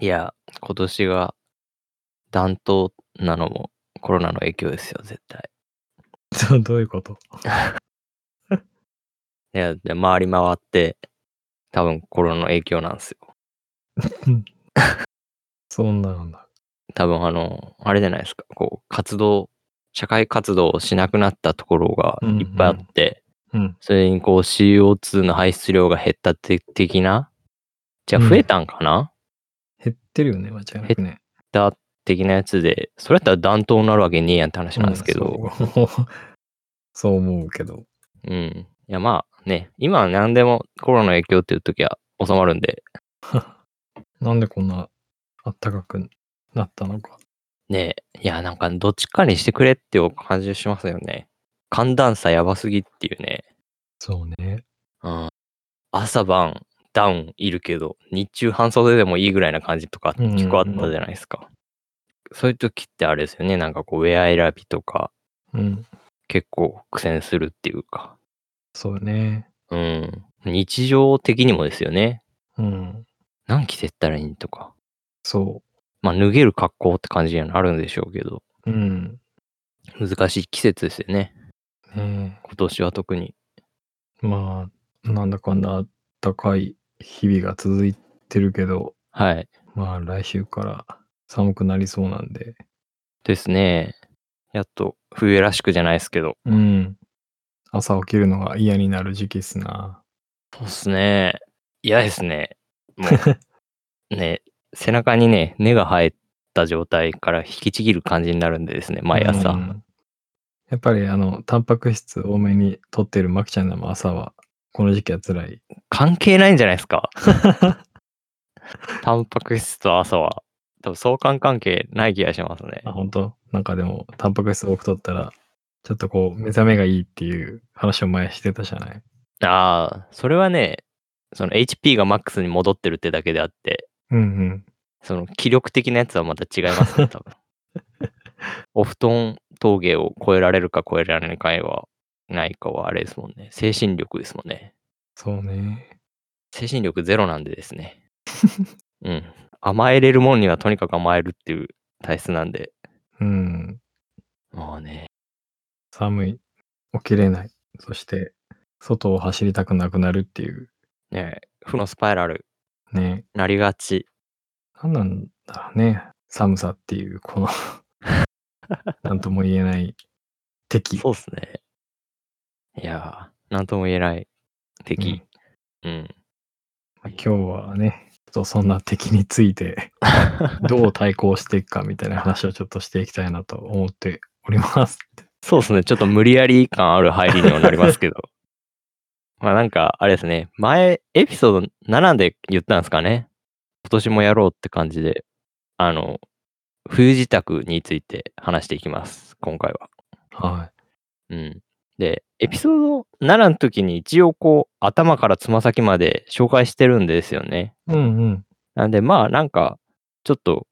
いや、今年がダントツなのもコロナの影響ですよ、絶対。そ れどういうこと？いや、で、回り回って、多分コロナの影響なんすよ。うん。そうなんだ。多分あの、あれじゃないすか、こう活動社会活動をしなくなったところがうんいっぱいあって、うん。うん。それにこう CO2の排出量が減ったて的な？じゃ、う増えん。たんかな？減ってるよね、間違いな減っくね。た的なやつで、それやったらダントツなるわけねえやんって話うなんすん、けそう ど。そう思うけど。うん。いや、まあ、ね、今は何でもコロナの影響っていう時は収まるんで。なんでこんなあったかくなったのか。ね、いや、なんかどっちかにしてくれっていう感じしますよね。寒暖差やばすぎっていうね。そうね。うん。朝晩ダウンいるけど、日中半袖でもいいぐらいな感じとかうん結構あっうんうたん。じゃないすか。そういう時ってあれですよね、なんかこうウェア選びとかうん。結構苦戦するっていうか。そうよね。うん。日常的にもですよね。うん。何着てったらいいんとか。そう。ま、脱げる格好って感じにはなるんでしょうけど。うん。難しい季節ですよね。ねえ。今年は特に。まあ、なんだかんだあったかい日々が続いてるけど、はい。まあ、来週から寒くなりそうなんで。ですね。やっと冬らしくじゃないすけど。うん。朝起きるのが嫌になる時期っすな。そうっすね。嫌ですね。も う、ね、背中にね、根が生えた状態から引きちぎる感じになるんでですね、う毎朝。ん。やっぱりあの、タンパク質多めに摂ってるマキちゃんでも朝は、この時期は辛い。関係ないんじゃないす か？タンパク質と朝は、多分相関関係ない気がしますね。あ、ほんと？なんかでも、タンパク質多く摂ったら、ちょっとこう目覚めがいいっていう話を前してたじゃない？ああ、それはね、その HP がマックスに戻ってるってだけであってうんうん。その気力的なやつはまた違いますね、 多分。お布団峠を越えられるか越えられないかいはないかはあれですもんね。精神力ですもんね。そうね。精神力ゼロなんでです ね。うん。甘えれるもんにはとにかく甘えるっていう体質なんで。うん。もうね。寒い、起きれない、そして外を走りたくなくなるっていう。ね、負のスパイラルね。なりがち。なんなんだろうね、寒さっていう このなんとも言えない敵。そうっすね。いや、なんとも言えないう敵。ん。うん。 ま、今日はね、ちょっとそんな敵につい て、どう対抗していくかみたいな話をちょっとしていきたいなと思っております。そうっすね、ちょっと無理やり感ある入りにはなりますけど。ま、なんかあれですね、前エピソード7で言ったんすかね。今年もやろうって感じで、あの、冬支度について話していきます、今回は。はい。うん。で、エピソード7ん時に一応こう頭からつま先まで紹介してるんですよね。うんうん。なんで、まあ、なんか、ちょっと、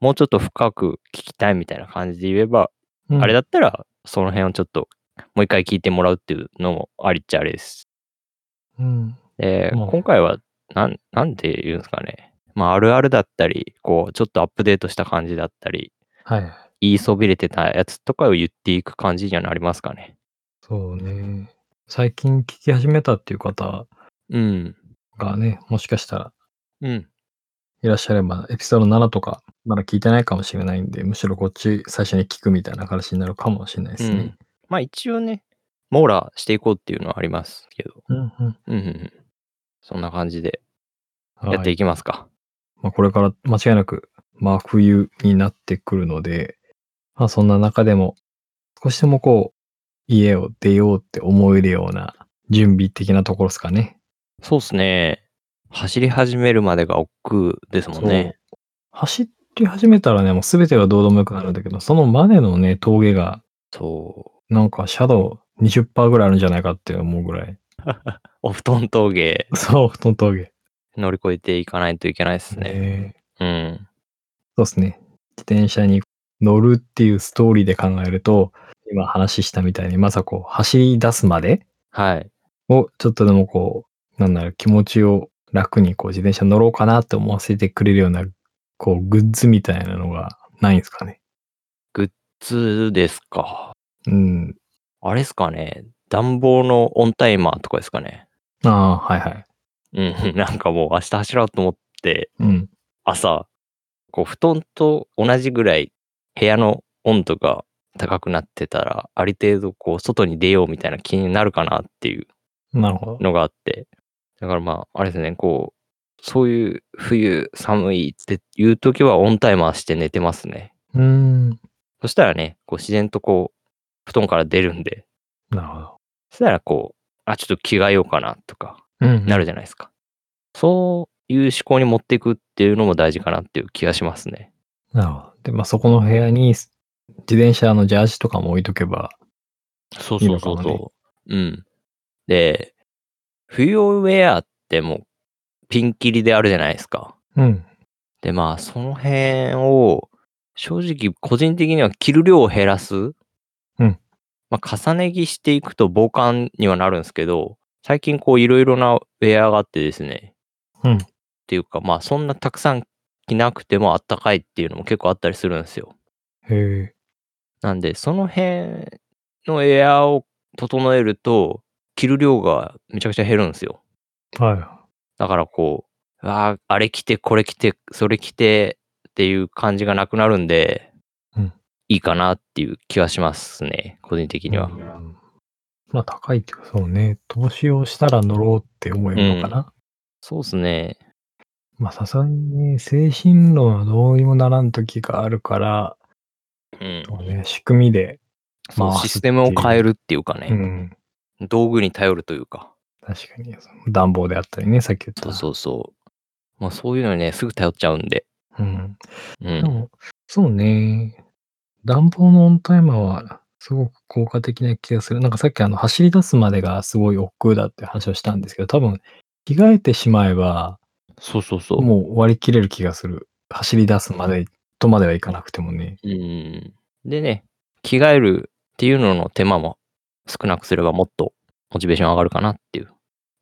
もうちょっと深く聞きたいみたいな感じで言えば、うあれん。だったら、その辺をちょっともう1回聞いてもらうっていうのもありっちゃありです。うん。ええ、ま今あ。回はなんなんて言うんすかね。ま、あるあるだったり、こうちょっとアップデートした感じだったり、はいはい。言いそびれてたやつとかを言っていく感じにはなりますかね。そうね。最近聞き始めたっていう方うん。がね、もしかしたらうん。いらっしゃれば、エピソード7とか、まだ聞いてないかもしれないんで、むしろこっち最初に聞くみたいな話になるかもしれないでうすね。ん。ま、一応ね、網羅していこうっていうのはありますけど。うんうん。うんうんうん。そんな感じでやっはてい。いきますか。ま、これから間違いなく真冬になってくるので、ま、そんな中でも、少しでもこう、家を出ようって思えるような準備的なところすかね。そうっすね。走り始めるまでが億劫ですもんね。そう。走り始めたらね、もう全てがどうでも良くなるんだけど、そのまでのね、峠がそう。なんか斜度20%ぐらいあるんじゃないかって思うぐらい。お布団峠。そう、布団峠。乗り越えていかないといけないすね。ねえ。うん。そうっすね。自転車に乗るっていうストーリーで考えると、今話したみたいに、まさこう走り出すまではい。を、ちょっとでもこう、なんだろう、気持ちを楽にこう自転車乗ろうかなって思わせてくれるようなこう、グッズみたいなのがないんですかね。つですか。うん。あれですかね。暖房のオンタイマーとかですかね。ああ、はいはい。うん、 なんかもう明日走ろうと思って、うん。朝、こう布団と同じぐらい部屋の温度が高くなってたら、ある程度こう外に出ようみたいな気になるかなっていうなるほど。のがあって、だからまあ、あれですね、こう、そういう冬寒いっていう時はオンタイマーして寝てますね。うーん。そしたらね、こう自然とこう、布団から出るんで、なるほど。そしたらこう、あ、ちょっと着替えようかなとか、うんなるじゃないですか。そういう思考に持っていくっていうのも大事かなっていう気がしますね。なるほど。で、まあ、そこの部屋に自転車のジャージとかも置いとけば、そううそうそうそうう。うん。で、冬ウェアってもう、ピンキリであるじゃないですか。うん。。で、まあ、その辺を、正直、個人的には着る量を減らす。うんまあ、重ね着していくと防寒にはなるんですけど、最近こう、いろいろなウェアがあってですね。うんっていうか、まあ、そんなたくさん着なくてもあったかいっていうのも結構あったりするんですよ。へえ。なんで、その辺のエアを整えると、着る量がめちゃくちゃ減るんですよ。はだからこう、ああ、あれ着て、これ着て、それ着てっていう感じがなくなるんで、うんいいかなっていう気はしますね、個人的い。には。うんまあ、高いっていうか、そうね、投資をしたら乗ろうって思えるのかな。そうですね。まあ、さすがにね、精神論はどうにもならん時があるから、うん。ね、仕組みで、そう回すシステムを変えるっていうかうね、ん、道具に頼るというか。確かに、その暖房であったりね、さっき言った。そうそうそう。まあそういうのにね、すぐ頼っちゃうんで。うん。うでん。も、そうね、暖房のオンタイマーは、すごく効果的な気がする。なんかさっきあの、走り出すまでがすごい億劫だって話をしたんですけど、多分、着替えてしまえば、そうそうそう。もう終わりきれる気がする。走り出すまで、とまではいかなくてもね。うん。でね、着替えるっていうのの手間も少なくすればもっとモチベーション上がるかなっていう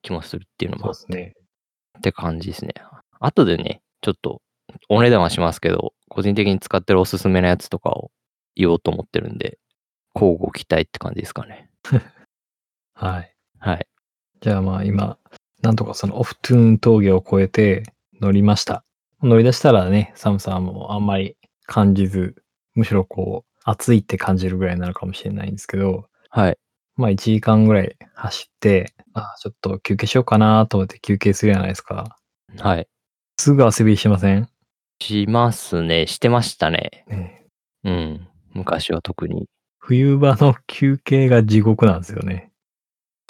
気もするっていうのもあってすね。って感じですね。あとでね、ちょっとお値段はしますけど、個人的に使ってるおすすめのやつとかを言おうと思ってるんで、交互期待って感じですかね。はい。はい。じゃあまあ今、なんとかそのオフトゥーン峠を越えて乗りました。乗り出したらね、寒さはもうあんまり感じず、むしろこう、暑いって感じるぐらいになるかもしれないんですけど、はい。まあ1時間ぐらい走って、あちょっと休憩しようかなと思って休憩するじゃないですか。はい。すぐ汗びしません、しますね。してましたね。ねうん。昔は特に。冬場の休憩が地獄なんですよね。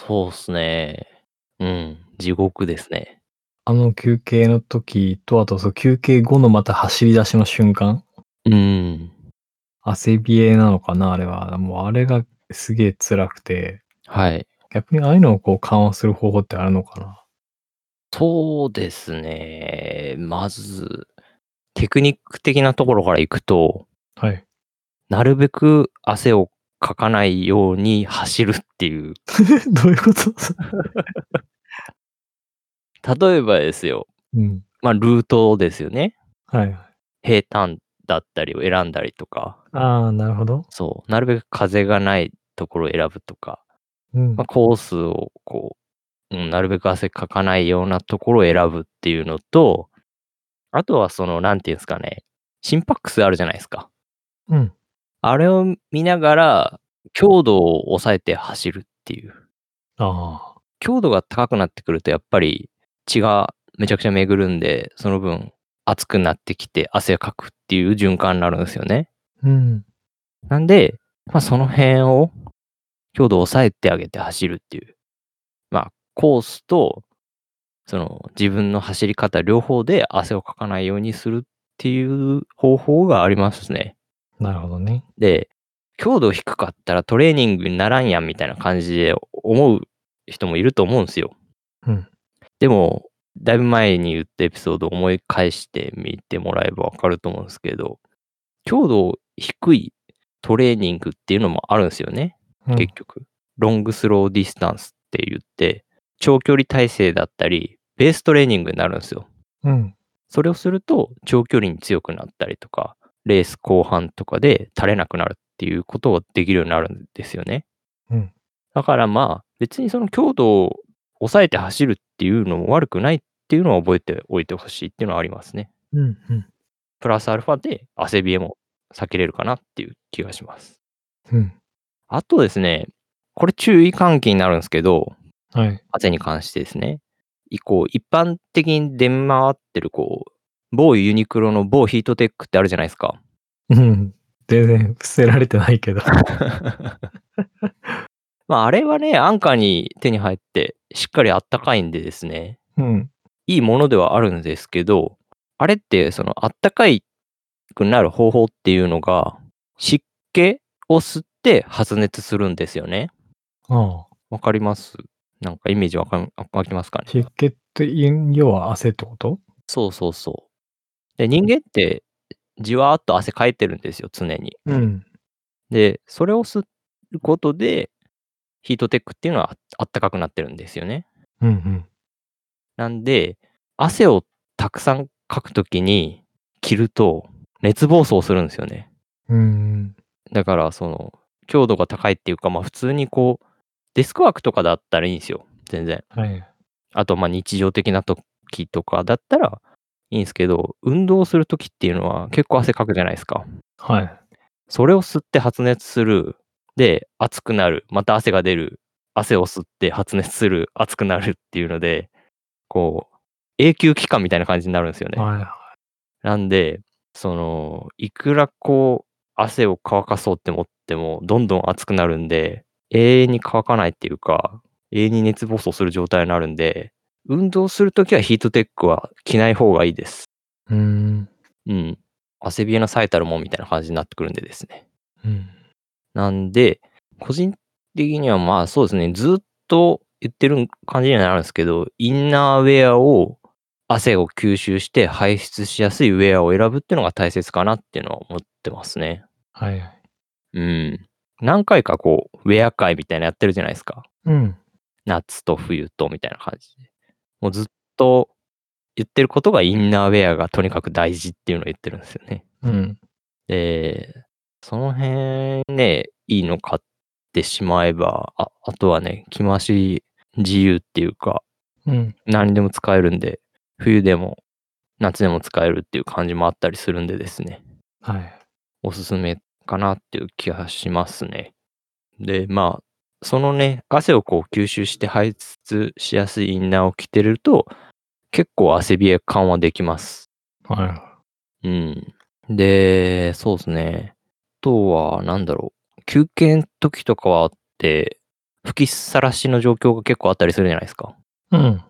そうっすね。うん。地獄ですね。あの休憩の時と、あとその休憩後のまた走り出しの瞬間。うん。汗びえなのかなあれは。もうあれがすげえ辛くて、はい。逆にああいうのをこう緩和する方法ってあるのかなそうですね。まず、テクニック的なところからいくと、はい。なるべく汗をかかないように走るっていう。どういうこと例えばですよ、 うん。まあ、ルートですよね。はいはい。平坦だったりを選んだりとか、ああ、なるほど。そう、なるべく風がないところを選ぶとか、うんまあ、。コースをこう、うん、なるべく汗かかないようなところを選ぶっていうのと、あとはその、なんていうんですかね、心拍数あるじゃないですか。うん。あれを見ながら、強度を抑えて走るっていう。ああ。強度が高くなってくると、やっぱり血がめちゃくちゃ巡るんで、その分熱くなってきて汗かくっていう循環になるんですよね。うん。なんで、まあ、その辺を強度を抑えてあげて走るっていう。まあ、コースと、その自分の走り方両方で汗をかかないようにするっていう方法がありますね。なるほどね。で、強度低かったらトレーニングにならんやんみたいな感じで思う人もいると思うんですよ。うんでも、だいぶ前に言ったエピソードを思い返してみてもらえばわかると思うんですけど、強度低いトレーニングっていうのもあるんですよね、うん結局。ロングスローディスタンスって言って、長距離体制だったり、ベーストレーニングになるんですよ。うん。それをすると長距離に強くなったりとか、レース後半とかで垂れなくなるっていうことができるようになるんですよね。うんだからまあ別にその強度を抑えて走るっていうのも悪くないっていうのを覚えておいてほしいっていうのはありますね。うんうん。プラスアルファで汗びえも避けれるかなっていう気がします。うん。あとですね、これ注意喚起になるんですけど、はい。風に関してですね、以降、一般的に出回ってる、こう、某ユニクロの某ヒートテックってあるじゃないですか。 うん。全然伏せられてないけど。まあ、あれはね、安価に手に入って、しっかりあったかいんでですね、 うん。いいものではあるんですけど、あれって、その、あったかいくなる方法っていうのが、湿気を吸って発熱するんですよね。ああ。わかりますなんかイメージわかんわかりますかね湿気って、要は汗ってことそうそうそう。で、人間って、じわーっと汗かいてるんですよ、常に。うん。で、それを吸うことで、ヒートテックっていうのはああったかくなってるんですよね。うんうん。なんで、汗をたくさんかくときに着ると、熱暴走するんですよね。うん。だから、その、強度が高いっていうか、まあ、普通にこう、デスクワークとかだったらいいんですよ、全然。はい。あと、まあ、日常的な時とかだったらいいんですけど、運動する時っていうのは結構汗かくじゃないですか。はい。それを吸って発熱する。で、熱くなる。また汗が出る。汗を吸って発熱する。熱くなるっていうので、こう、永久期間みたいな感じになるんですよね。はなんで、その、いくらこう、汗を乾かそうって思っても、どんどん熱くなるんで、永遠に乾かないっていうか、永遠に熱暴走する状態になるんで、運動するときはヒートテックは着ない方がいいです。い。うん。うん。汗びえの最たるもんみたいな感じになってくるんでですね。うん。なんで、個人的にはまあそうですね、ずっと言ってる感じにはなるんですけど、インナーウェアを汗を吸収して排出しやすいウェアを選ぶっていうのが大切かなっていうのは思ってますね。はいはい。うん。何回かこう、ウェア会みたいなのやってるじゃないですか。うん。夏と冬とみたいな感じで。もうずっと言ってることがインナーウェアがとにかく大事っていうのを言ってるんですよね。うん。で、その辺ね、いいの買ってしまえば、ああとはね、着回し自由っていうか、うん。何でも使えるんで、冬でも夏でも使えるっていう感じもあったりするんでですね、はい。おすすめかなっていう気がしますね。で、まあ、そのね、汗をこう吸収して排出しやすいインナーを着てると、結構汗びえ緩和できます。はうん。で、そうですね。あとは、なんだろう。休憩の時とかはあって、吹きさらしの状況が結構あったりするじゃないですか。い。うん。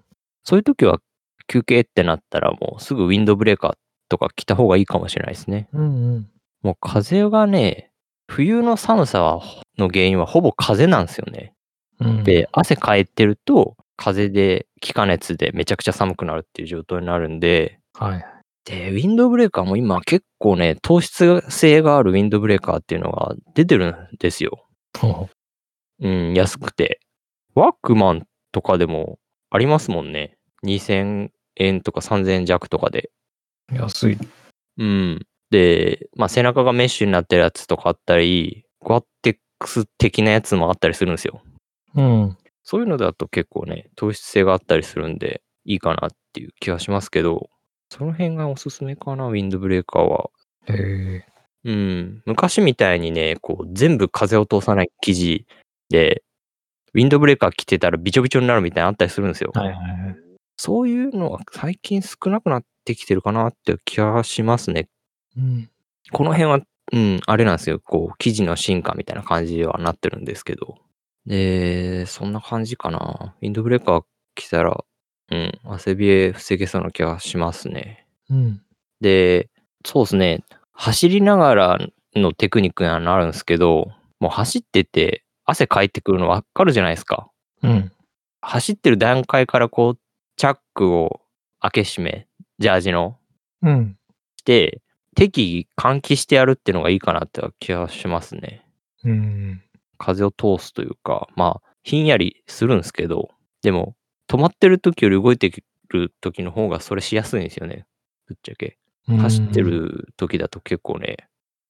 そういう時は休憩ってなったらもうすぐウィンドブレーカーとか着た方がいいかもしれないですね。うんうん。もう風がね、冬の寒さはの原因はほぼ風なんですよね。うん、で、汗かいてると風で気化熱でめちゃくちゃ寒くなるっていう状態になるんで、はい。で、ウィンドウブレーカーも今結構ね、糖質性があるウィンドウブレーカーっていうのが出てるんですよ。ほうん、安くて。ワークマンとかでもありますもんね。2000円とか3000円弱とかで。う安い。うん。で、まあ背中がメッシュになってるやつとかあったり、ゴアテックス的なやつもあったりするんですよ。うん。そういうのだと結構ね、糖質性があったりするんで、いいかなっていう気がしますけど、その辺がおすすめかな、ウィンドウブレーカーは。へえうん、昔みたいにね、こう、全部風を通さない生地で、ウィンドブレーカー着てたらびちょびちょになるみたいなのあったりするんですよ。はいはいはい。そういうのは最近少なくなってきてるかなっていう気がしますね。うん。この辺は、うん、あれなんですよ。こう、生地の進化みたいな感じにはなってるんですけど。で、そんな感じかな。ウィンドブレーカー着たら、うん、汗びえ防げそうな気がしますね。うん。で、そうですね、走りながらのテクニックにはなるんですけど、もう走ってて、汗かいてくるの分かるじゃないですか。うん。走ってる段階からこう、チャックを開け閉め、ジャージの、うん。して、適宜換気してやるっていうのがいいかなって気がしますね。うん。風を通すというか、まあ、ひんやりするんですけど、でも、止まってる時より動いてる時の方がそれしやすいんですよね。ぶっちゃけ。うん走って。る時だと結構ね、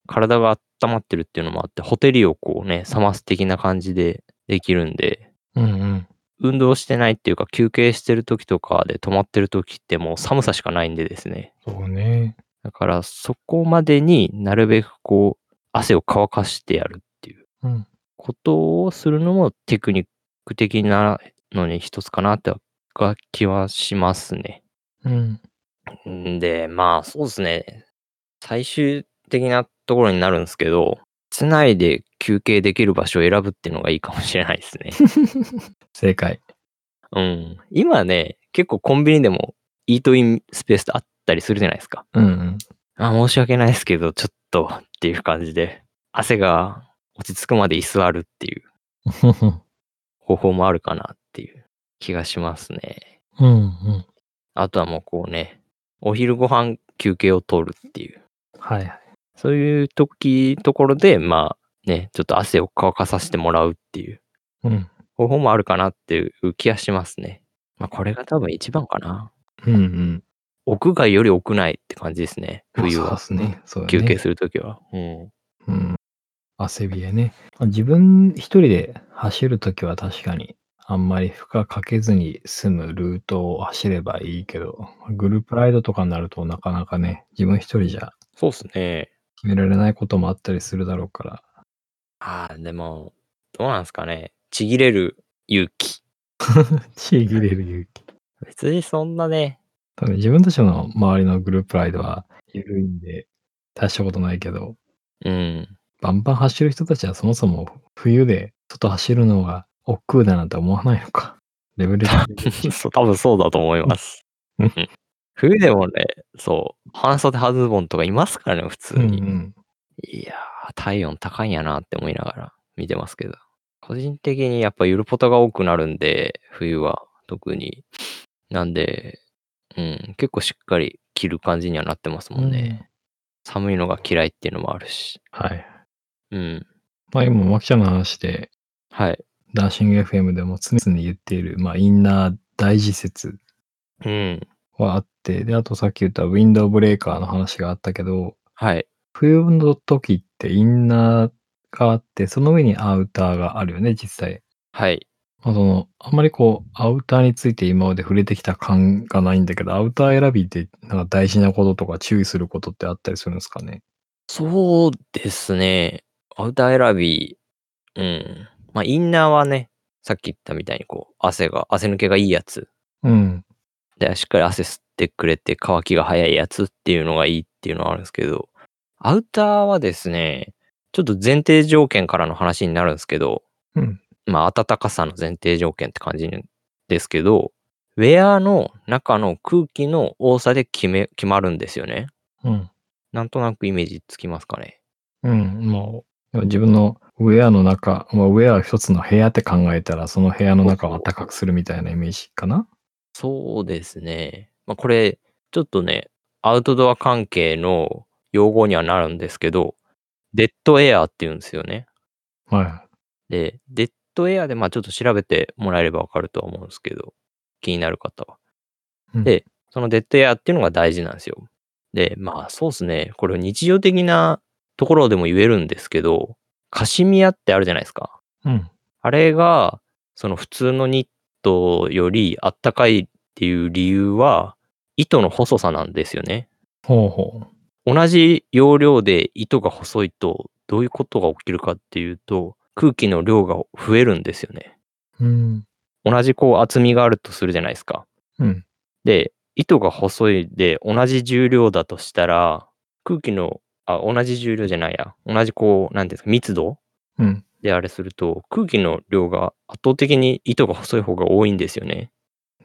体が温まってるっていうのもあって、ホテリをこうね、冷ます的な感じでできるんで、うんうん。運動してないっていうか、休憩してる時とかで止まってる時ってもう寒さしかないんでですね。そうね。だから、そこまでになるべくこう、汗を乾かしてやるっていううんことをするのもテクニック的なのに一つかなってが気はしますね。うん。んで、まあそうですね。最終的なところになるんですけど、室内で休憩できる場所を選ぶっていうのがいいかもしれないですね。正解。うん。今ね、結構コンビニでもイートインスペースあったりするじゃないですか。うんうん。あ、申し訳ないですけど、ちょっとっていう感じで、汗が落ち着くまで居座るっていう方法もあるかなっていう気がしますね。うんうん。あとはもうこうね、お昼ご飯休憩を取るっていう。はいはい。そういう時、ところで、まあね、ちょっと汗を乾かさせてもらうっていううん。方法もあるかなっていう気がしますね。まあこれが多分一番かな。うんうん。屋外より屋内って感じですね。冬まあは。そうですね。そうだね休憩するときは。うん。うん。汗びえね。自分一人で走るときは確かに、あんまり負荷かけずに済むルートを走ればいいけど、グループライドとかになるとなかなかね、自分一人じゃそうですね。決められないこともあったりするだろうから。ああ、でも、どうなんですかね。ちぎれる勇気。ちぎれる勇気。別にそんなね、多分自分たちの周りのグループライドは緩いんで、大したことないけど、うん。 バンバン走る人たちはそもそも冬で外走るのが億劫だなんて思わないのか。レベルがそう多分そうだと思い ます。うん冬でもね、そう、半袖半ズボンとかいますからね、普通うんうに。ん。いやー、体温高いんやなって思いながら見てますけど。個人的にやっぱゆるポタが多くなるんで、冬は特に。なんで、うん、結構しっかり着る感じにはなってますもんね。寒いのが嫌いっていうのもあるし。はい。うん。まあ今、マキちゃんの話で、はい。ダンシング FM でも常々言っている、まあインナー大事説うん。はあって、で、あとさっき言ったウィンドウブレーカーの話があったけど、はい。冬の時ってインナーがあって、その上にアウターがあるよね、実際。はい。まあその、あんまりこう、アウターについて今まで触れてきた感がないんだけど、アウター選びってなんか大事なこととか注意することってあったりするんですかねそうですね。アウター選び、うん。まあ、インナーはね、さっき言ったみたいにこう、汗が、汗抜けがいいやつうん。で、しっかり汗吸ってくれて乾きが早いやつっていうのがいいっていうのはあるんですけど、アウターはですね、ちょっと前提条件からの話になるんですけど、うんまあ暖かさの前提条件って感じですけど、ウェアの中の空気の多さで決め、決まるんですよね。うん。なんとなくイメージつきますかね。うん。もう、自分のウェアの中、まあ、ウェアは一つの部屋って考えたら、その部屋の中を暖かくするみたいなイメージかなそうですね。まあこれ、ちょっとね、アウトドア関係の用語にはなるんですけど、デッドエアーって言うんですよね。はで、デッドエアで、まあちょっと調べてもらえればわかるとは思うんですけど、気になる方は。い。うんでそのデッドエアっていうのが大事なんですよ。で、まあそうですね。これ日常的なところでも言えるんですけど、カシミヤってあるじゃないですか。うん。あれが、その普通のニットよりあったかいっていう理由は、糸の細さなんですよね。ほうほう。同じ容量で糸が細いと、どういうことが起きるかっていうと、空気の量が増えるんですよね。うん。同じこう厚みがあるとするじゃないですか。うん。で、糸が細いで同じ重量だとしたら、空気の、あ、同じ重量じゃないや、同じこう、なんていうんですか、密度うん。であれすると、空気の量が圧倒的に糸が細い方が多いんですよね。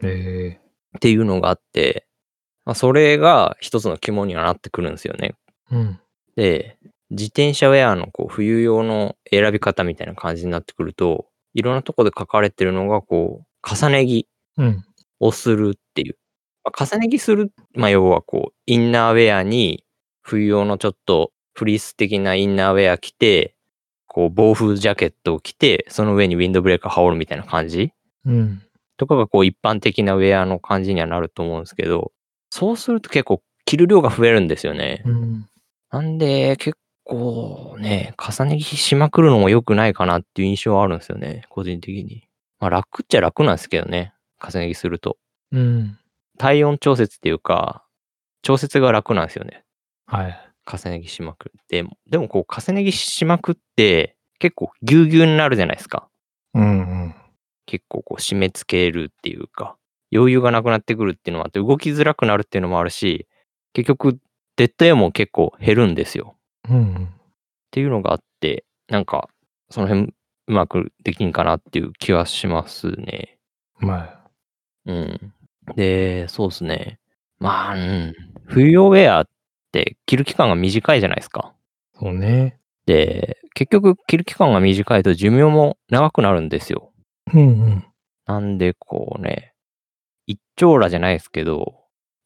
えっていうのがあって、まあ、それが一つの肝にはなってくるんですよね。ー。うん。で、自転車ウェアのこう冬用の選び方みたいな感じになってくると、いろんなとこで書かれてるのが、こう、重ね着うん。をするっていう。まあ重ね着する、まあ、要はこう、インナーウェアに、冬用のちょっとフリース的なインナーウェア着て、こう、防風ジャケットを着て、その上にウィンドブレーカー羽織るみたいな感じうん。とかがこう、一般的なウェアの感じにはなると思うんですけど、そうすると結構着る量が増えるんですよね。うん。なんで、結構ね、重ね着しまくるのも良くないかなっていう印象はあるんですよね、個人的に。まあ、楽っちゃ楽なんですけどね、重ね着すると。うん。体温調節っていうか、調節が楽なんですよね、はい。重ね着しまくって。でも、こう、重ね着しまくって、結構ぎゅうぎゅうになるじゃないですか。うんうん。結構こう締め付けるっていうか余裕がなくなってくるっていうのもあって動きづらくなるっていうのもあるし結局デッドエアも結構減るんですよっうんうん。ていうのがあってなんかその辺うまくできんかなっていう気はしますねまうんでそうですねまあ、うん、冬用ウェアって着る期間が短いじゃないですかあ、そうね。で結局着る期間が短いと寿命も長くなるんですようんうん。なんでこうね、一長羅じゃないですけど、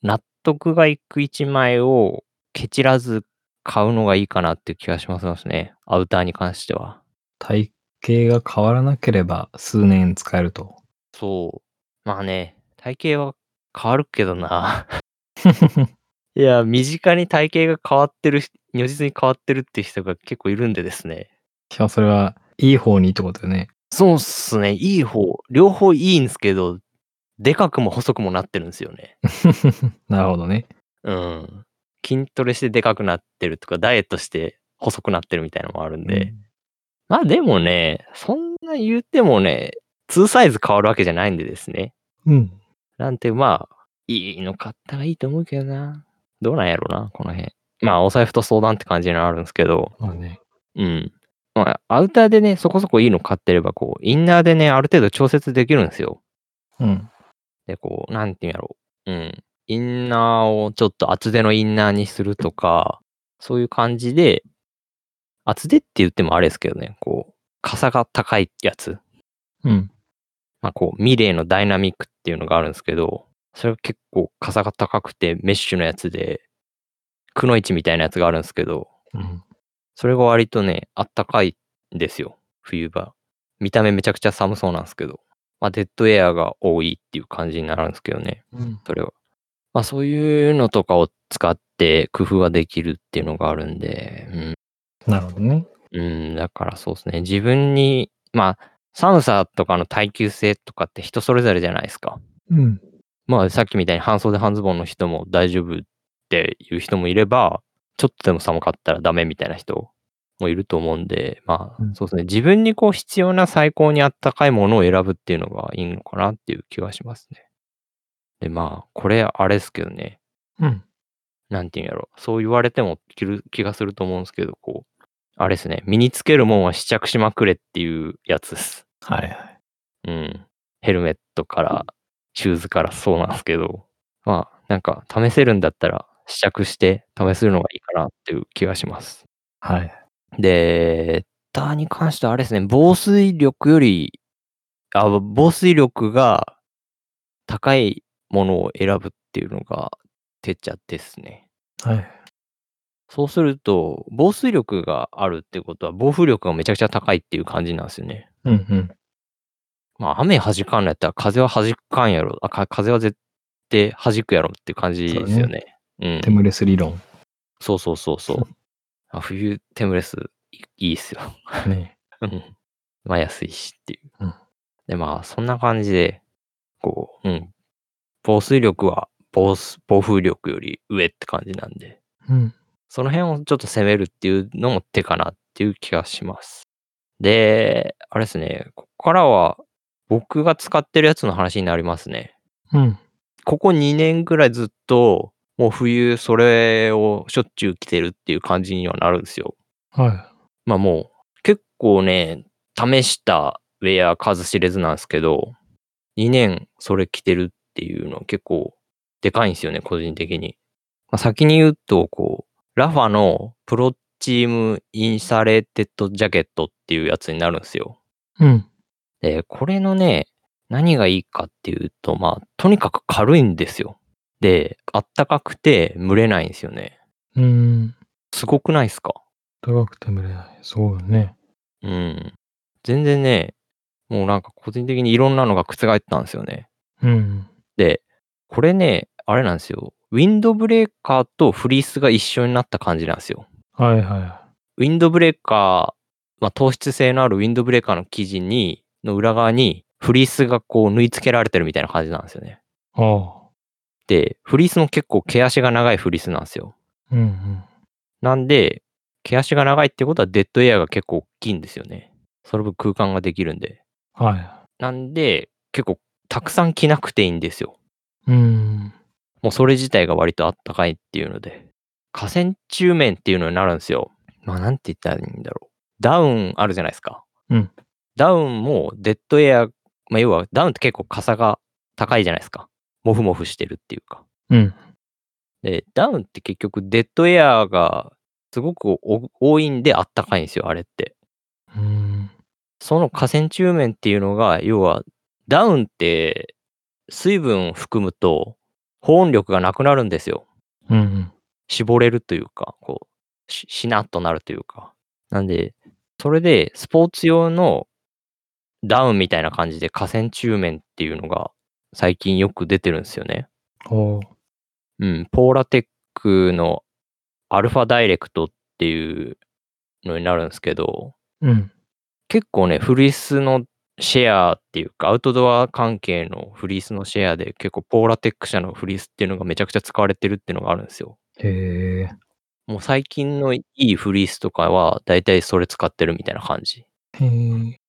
納得がいく一枚をケチらず買うのがいいかなっていう気がしますね。アウターに関しては。体型が変わらなければ数年使えると。そう。まあね、体型は変わるけど な。いや、身近に体型が変わってる人、如実に変わってるって人が結構いるんでですね。しかもそれは、いい方にってことだよね。 そうっすね。いい方、両方いいんですけど、でかくも細くもなってるんですよね。 なるほどね。うん。筋トレしてでかくなってるとか、ダイエットして細くなってるみたいなのもあるんで。まあでもね、そんな言うてもね、2サイズ変わるわけじゃないんでですね。うん。なんて、まあ、いいの買ったらいいと思うけどな。どうなんやろな、この辺。まあ、お財布と相談って感じにはあるんですけど、まあね。うん。まあ、アウターでね、そこそこいいの買ってれば、こう、インナーでね、ある程度調節できるんですよ。うん。で、こう、なんていうんやろう。うん。インナーをちょっと厚手のインナーにするとか、そういう感じで、厚手って言ってもあれですけどね、こう、傘が高いやつ。うん。まあ、こう、ミレーのダイナミックっていうのがあるんですけど、それが結構傘が高くてメッシュのやつで、くのいちみたいなやつがあるんですけど、うん。それが割とね、あったかいんですよ、冬場。見た目めちゃくちゃ寒そうなんですけど、まあ、デッドエアが多いっていう感じになるんですけどね。うん。それは。まあそういうのとかを使って工夫ができるっていうのがあるんで、なるほどね。うん、うん、だからそうですね。自分に、まあ寒さとかの耐久性とかって人それぞれじゃないですか。うん。まあさっきみたいに半袖半ズボンの人も大丈夫っていう人もいれば、ちょっとでも寒かったらダメみたいな人もいると思うんで、まあうんそうですね。自分にこう必要な最高にあったかいものを選ぶっていうのがいいのかなっていう気がしますね。でまあこれあれですけどね。うん。なんていうんやろ、そう言われても着る気がすると思うんですけど、こう、あれですね、身につけるもんは試着しまくれっていうやつです。はいはい。うん。ヘルメットから、シューズからそうなんですけど、まあ、なんか試せるんだったら試着して試するのがいいかなっていう気がします。はい。で、ターに関してはあれですね、防水力より、あ防水力が高いものを選ぶっていうのが手茶ですね。はい。そうすると、防水力があるってことは、防風力がめちゃくちゃ高いっていう感じなんですよね。うんうん。まあ、雨弾かんのやったら、風は弾かんやろ。あか風は絶対弾くやろっていう感じですよね。うんテ。ムレス理論。そうそうそうそう。あ冬、テムレスいいいっすよ。ね。うん。まあ、安いしっていう。うんで、まあ、そんな感じで、こう、うん。防水力は防す防風力より上って感じなんで、うん。その辺をちょっと攻めるっていうのも手かなっていう気がします。で、あれですね、ここからは僕が使ってるやつの話になりますね。うん。ここ2年ぐらいずっと、もう冬それをしょっちゅう着てるっていう感じにはなるんですよ。はまあもう結構ね、試したウェア数知れずなんですけど、2年それ着てるっていうのは結構でかいんですよね、個人的に。まあ、先に言うと、こう、ラファのプロチームインサレーテッドジャケットっていうやつになるんですよ。い。うん。で、これのね、何がいいかっていうと、まあ、とにかく軽いんですよ。で、あったかくて蒸れないんですよね。うん。すごくないですか高くて眠れない。そうだね。うん。全然ね、もうなんか個人的にいろんなのが覆ってたんですよね。うん。で、これね、あれなんですよ。ウウィンドブレーカーとフリースが一緒になった感じなんですよ。はいはウィンドブレーカー、まあ、糖質性のあるウィンドブレーカーの生地に、の裏側にフリースがこう縫い付けられてるみたいな感じなんですよね。い。ああ。で、フリースも結構毛足が長いフリースなんですよ。うんうん。なんで、毛足が長いってことはデッドエアが結構大きいんですよね。その分空間ができるんで。はなんで、結構たくさん着なくていいんですよ。い。うん。もうそれ自体が割とあったかいっていうので。河川中面っていうのになるんですよ。まあなんて言ったらいいんだろう。ダウンあるじゃないですか。うんダウンもデッドエア、まあ要はダウンって結構傘が高いじゃないですか。モフモフしてるっていうか。うん。で、ダウンって結局デッドエアがすごくお多いんであったかいんですよ、あれって。うん。その河川中面っていうのが、要はダウンって水分を含むと保温力がなくなるんですよ。うんうん。絞れるというか、こう、ししなっとなるというか。なんで、それでスポーツ用のダウンみたいな感じで河川中面っていうのが最近よく出てるんですよね。おう。うん、ポーラテックのアルファダイレクトっていうのになるんですけど、うん。結構ね、フリースのシェアっていうか、アウトドア関係のフリースのシェアで、結構ポーラテック社のフリースっていうのがめちゃくちゃ使われてるっていうのがあるんですよ。へえ。もう最近のいいフリースとかは、だいたいそれ使ってるみたいな感じ。へえ。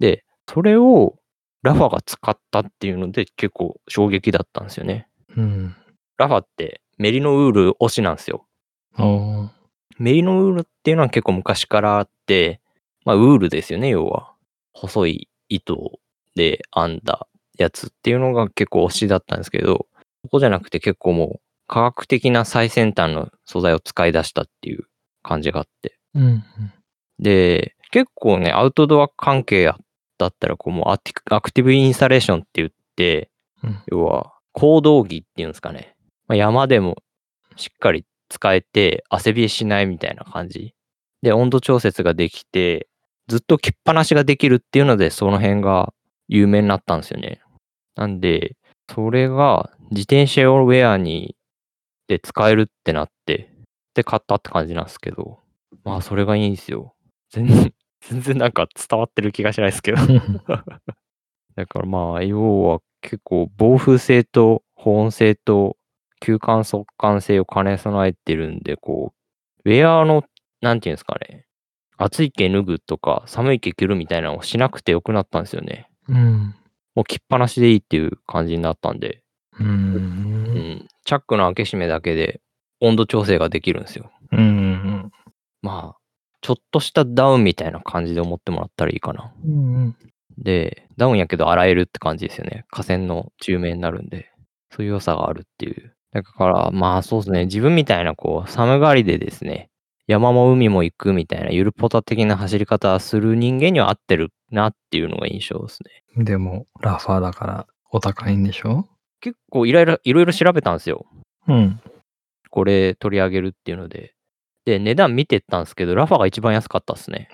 で、それをラファが使ったっていうので、結構衝撃だったんですよね。うん。ラファってメリノウール推しなんですよ。おう。メリノウールっていうのは結構昔からあって、まあ、ウールですよね、要は。細い糸で編んだやつっていうのが結構推しだったんですけど、そこじゃなくて結構もう科学的な最先端の素材を使い出したっていう感じがあって。うんうん。で、結構ね、アウトドア関係だったら、こうもうアティクアクティブインスタレーションって言って、うん要は行動着っていうんですかね。まあ、山でもしっかり使えて、汗びえしないみたいな感じ。で、温度調節ができて、ずっと着っぱなしができるっていうので、その辺が有名になったんですよね。なんで、それが自転車用ウェアにで使えるってなって、で、買ったって感じなんですけど、まあ、それがいいんですよ。全然、 全然なんか伝わってる気がしないですけど。だからまあ、要は結構防風性と保温性と吸汗速乾性を兼ね備えてるんで、こう、ウェアの、なんていうんですかね、暑い毛脱ぐとか寒い毛着るみたいなのをしなくてよくなったんですよね。うん。もう着っぱなしでいいっていう感じになったんで、う。うんん、チャックの開け閉めだけで温度調整ができるんですよ。うん。まあ、ちょっとしたダウンみたいな感じで思ってもらったらいいかな。うん。で、ダウンやけど洗えるって感じですよね。河川の中面になるんで、そういう良さがあるっていう。だから、まあそうですね、自分みたいなこう、寒がりでですね、山も海も行くみたいな、ゆるポタ的な走り方する人間には合ってるなっていうのが印象ですね。でも、ラファーだからお高いんでしょ結構いろいろ、いろいろ調べたんですよ。うん。これ取り上げるっていうので。で、値段見てったんですけど、ラファが一番安かったですね。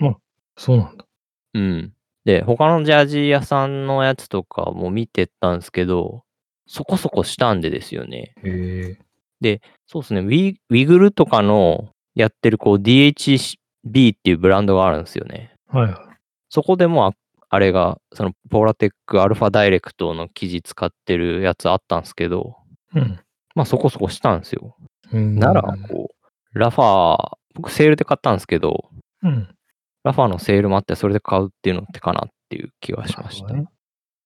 そうなんだ。うん。で、他のジャージ屋さんのやつとかも見てったんですけど、そこそこしたんでですよね。へえ。そうですね、ウィウィグルとかのやってるこう DHB っていうブランドがあるんですよね。はいはそこでもああれが、そのポーラテックアルファダイレクトの生地使ってるやつあったんですけど、い。まあそこそこしたんですよ。うん。なら、こう、ラファー、僕セールで買ったんですけど、うん。ラファーのセールもあってそれで買うっていうのってかなっていう気はしましなたるほどね。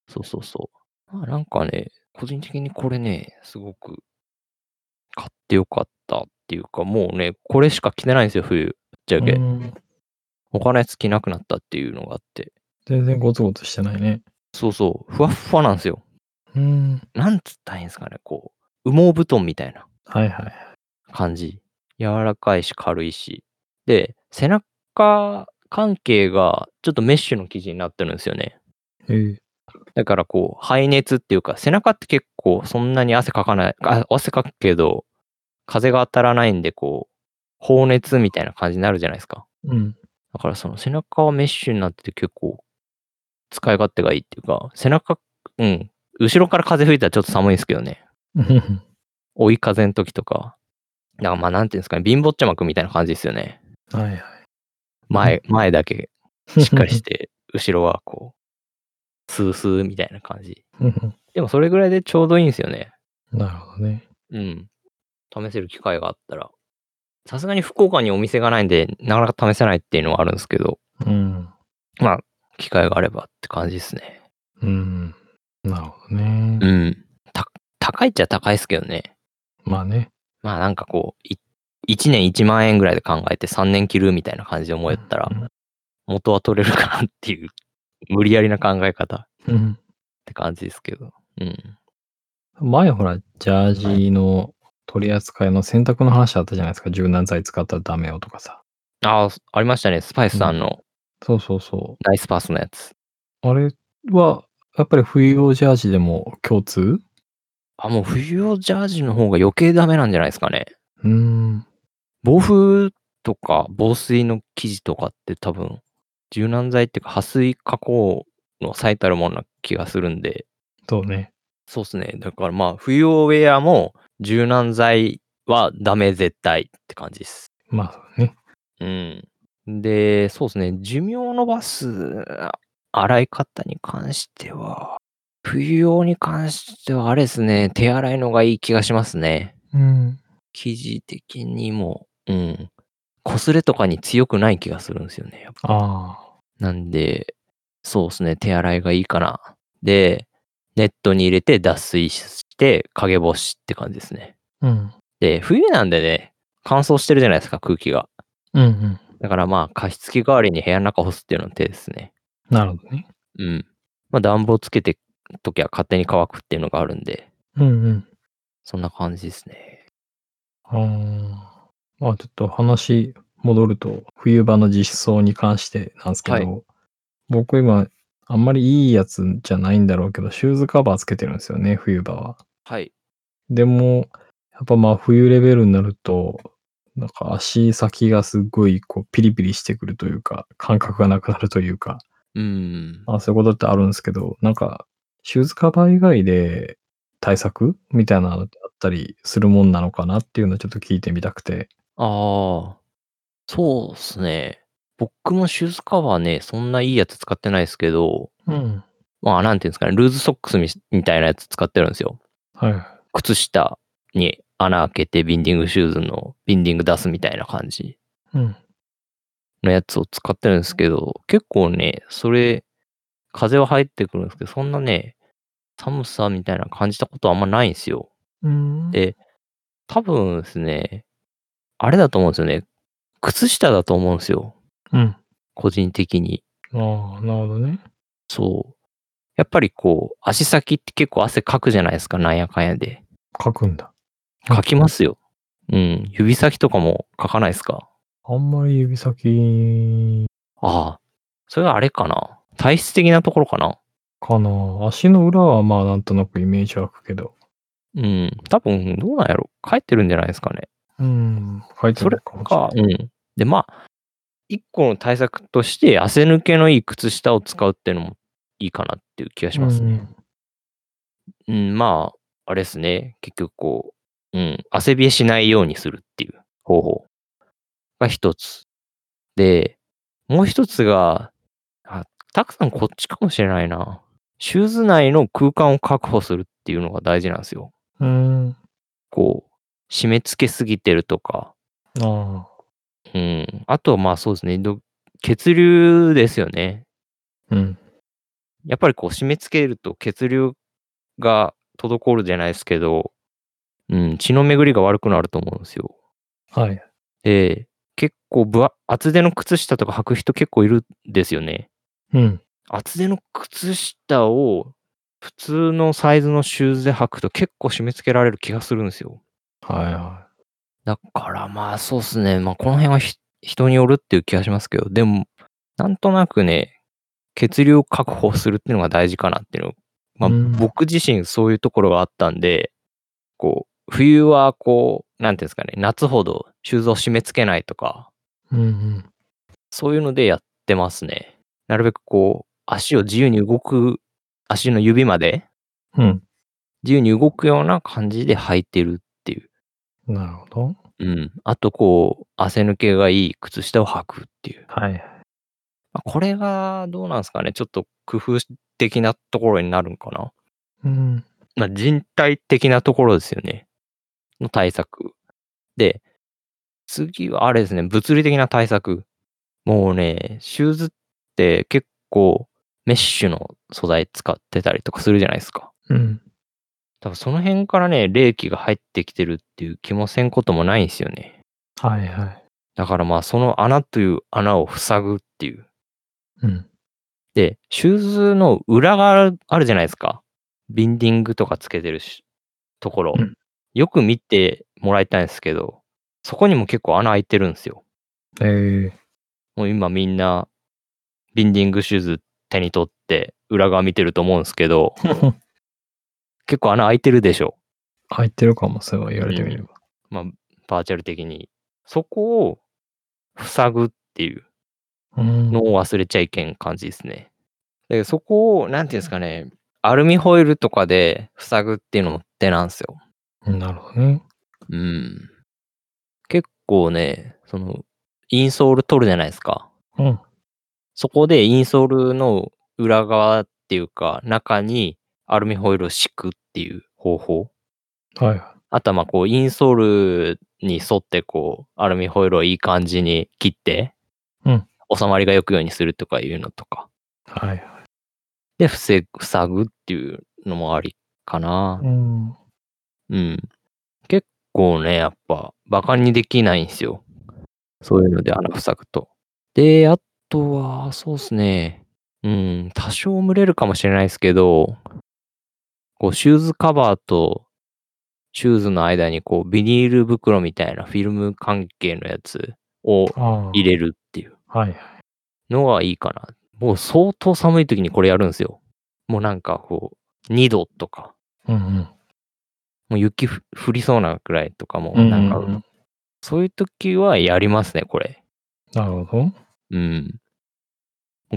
そうそうそう。まあなんかね、個人的にこれね、すごく買ってよかったっていうか、もうね、これしか着てないんですよ、冬。ぶっちゃけ。うん他のやつ着なくなったっていうのがあって。全然ゴツゴツしてないね。そうそう、ふわっふわなんですよ。うん。なんつったらいいんですかね、こう、羽毛布団みたいなはいはい。感じ。柔らかいし軽いし。で、背中関係がちょっとメッシュの生地になってるんですよね。へえ。だからこう、排熱っていうか、背中って結構そんなに汗かかない、あ汗かくけど、風が当たらないんで、こう、放熱みたいな感じになるじゃないですか。うん。 だからその背中はメッシュになってて結構使い勝手がいいっていうか、背中、うん、後ろから風吹いたらちょっと寒いんですけどね。追い風の時とか、だからまあなんていうんですかね、貧乏ちゃまくんみたいな感じですよね。はいはい。前、前だけ しっかりして、後ろはこう、スースーみたいな感じ。でもそれぐらいでちょうどいいんですよね。 なるほどね。うん。試せる機会があったら。さすがに福岡にお店がないんで、なかなか試せないっていうのはあるんですけど、うん。機会があればって感じですね。うん。なるほどね。うん。た、高いっちゃ高いですけどね。まあね。まあなんかこう、い1年1万円ぐらいで考えて3年切るみたいな感じで思えたら、元は取れるかなっていう、無理やりな考え方っうん。て感じですけど。うん。前ほら、ジャージの取り扱いの洗濯の話あったじゃないですか。柔軟剤使ったらダメよとかさ。ああ、ありましたね。スパイスさんのそうそうそナイスパスのやつ。う。あれは、やっぱり冬用ジャージでも共通あ、もう冬用ジャージの方が余計ダメなんじゃないですかね。うん。防風とか防水の生地とかって多分、柔軟剤っていうか、破水加工の最たるものな気がするんで、そうね。そうっすね。だからまあ、冬用ウェアも柔軟剤はダメ絶対って感じです。まあそうね。うん。で、そうですね。寿命を伸ばす洗い方に関しては、冬用に関してはあれですね、手洗いのがいい気がしますね。うん。生地的にも、うん。擦れとかに強くない気がするんですよね。やっぱあなんで、そうですね、手洗いがいいかな。で、ネットに入れて脱水して、陰干しって感じですね。あ。うん。で、冬なんでね、乾燥してるじゃないですか、空気が。うんうん。だからまあ、加湿器代わりに部屋の中干すっていうのは手ですね。なるほどね。うん。まあ、暖房つけて時は勝手に乾くっていうのがあるんで、うんうん。そんな感じですね。ああ。まあちょっと話戻ると、冬場の実装に関してなんですけど、はい僕今、あんまりいいやつじゃないんだろうけど、シューズカバーつけてるんですよね、冬場は。はい。でも、やっぱまあ冬レベルになると、なんか足先がすごいこうピリピリしてくるというか、感覚がなくなるというか、うん。まあそういうことってあるんですけど、なんか、シューズカバー以外で対策みたいなのってあったりするもんなのかなっていうのをちょっと聞いてみたくて。ああ、そうですね。僕もシューズカバーね、そんないいやつ使ってないですけど、うん。まあ、なんていうんですかね、ルーズソックスみみたいなやつ使ってるんですよ。はい。靴下に穴開けてビンディングシューズのビンディング出すみたいな感じうん。のやつを使ってるんですけど、結構ね、それ、風は入ってくるんですけど、そんなね、寒さみたいなの感じたことはあんまないんですよ。うんで多分ですね、あれだと思うんですよね。靴下だと思うんですよ。うん。個人的に。ああ、なるほどね。そう。やっぱりこう、足先って結構汗かくじゃないですか、なんやかんやで。書くんだ。かきますよ。うん。指先とかもかかないですかあんまり指先ああ。それはあれかな。体質的なところかな。かな。足の裏はまあなんとなくイメージ湧くけど。うん。多分、どうなんやろ。帰ってるんじゃないですかね。うん。書いてそれるかもしれかな。い。うん。で、まあ、一個の対策として、汗抜けのいい靴下を使うっていうのもいいかなっていう気がしますね。うん、まあ、あれですね。結局こう、うん、汗びえしないようにするっていう方法が一つ。で、もう一つが、あ、たくさんこっちかもしれないな。シューズ内の空間を確保するっていうのが大事なんですよ。うん。うん。こう、締め付けすぎてるとか、あうん。あとはまあそうですね。ど血流ですよね。あ。うん。やっぱりこう締め付けると血流が滞るじゃないですけど、うん、血の巡りが悪くなると思うんですよ。はい。で、結構ぶわ厚手の靴下とか履く人結構いるんですよね。うん。厚手の靴下を普通のサイズのシューズで履くと結構締め付けられる気がするんですよ。はいはだからまあそうですね。まあこの辺はひ人によるっていう気がしますけど、でもなんとなくね、血流を確保するっていうのが大事かなっていうの。まあうん僕自身そういうところがあったんで、こう、冬はこう、なんていうんですかね、夏ほどシューズを締め付けないとか、い。うんうん。そういうのでやってますね。なるべくこう、足を自由に動く、足の指までうん。自由に動くような感じで履いてるっていうなるほど。うん。あと、こう、汗抜けがいい靴下を履くっていう。はい。まあこれがどうなんですかね。ちょっと工夫的なところになるんかな。うん。まあ、人体的なところですよね。の対策。で、次はあれですね、物理的な対策。もうね、シューズって結構メッシュの素材使ってたりとかするじゃないですか。うん。多分その辺からね、冷気が入ってきてるっていう気もせんこともないんですよね。はいはい。だからまあその穴という穴を塞ぐっていう。うん。で、シューズの裏側あるじゃないですか。ビンディングとかつけてるしところうん。よく見てもらいたいんですけど、そこにも結構穴開いてるんですよ。えー、もう今みんな、ビンディングシューズ手に取って裏側見てると思うんですけど、結構穴開いてるでしょ。 入ってるかも、そう言われてみれば。まあ、バーチャル的に。そこを塞ぐっていう。うん。のを忘れちゃいけん感じですね。で、そこを、なんていうんですかね、アルミホイルとかで塞ぐっていうのも手なんですよ。なるほどね。うん。結構ね、その、インソール取るじゃないですか。うん。そこでインソールの裏側っていうか、中にアルミホイルを敷くっていう方法。はいはあとはまあこう、インソールに沿ってこう、アルミホイルをいい感じに切って、うん収まりが良くようにするとかいうのとか。い。はいは。。で、防ぐ、塞ぐっていうのもありかないうん。うん。結構ね、やっぱ、馬鹿にできないんですよ。そういうので穴塞ぐと。で、あとは、そうですね。うん、多少蒸れるかもしれないですけど、こう、シューズカバーとシューズの間に、こう、ビニール袋みたいなフィルム関係のやつをああ。入れるっていう。はいはい。のがいいかな。もう相当寒い時にこれやるんですよ。もうなんかこう、2度とか、うんもう雪ふ降りそうなくらいとかも、うん。なんうか、んそういう時はやりますね、これ。なるほど。うん。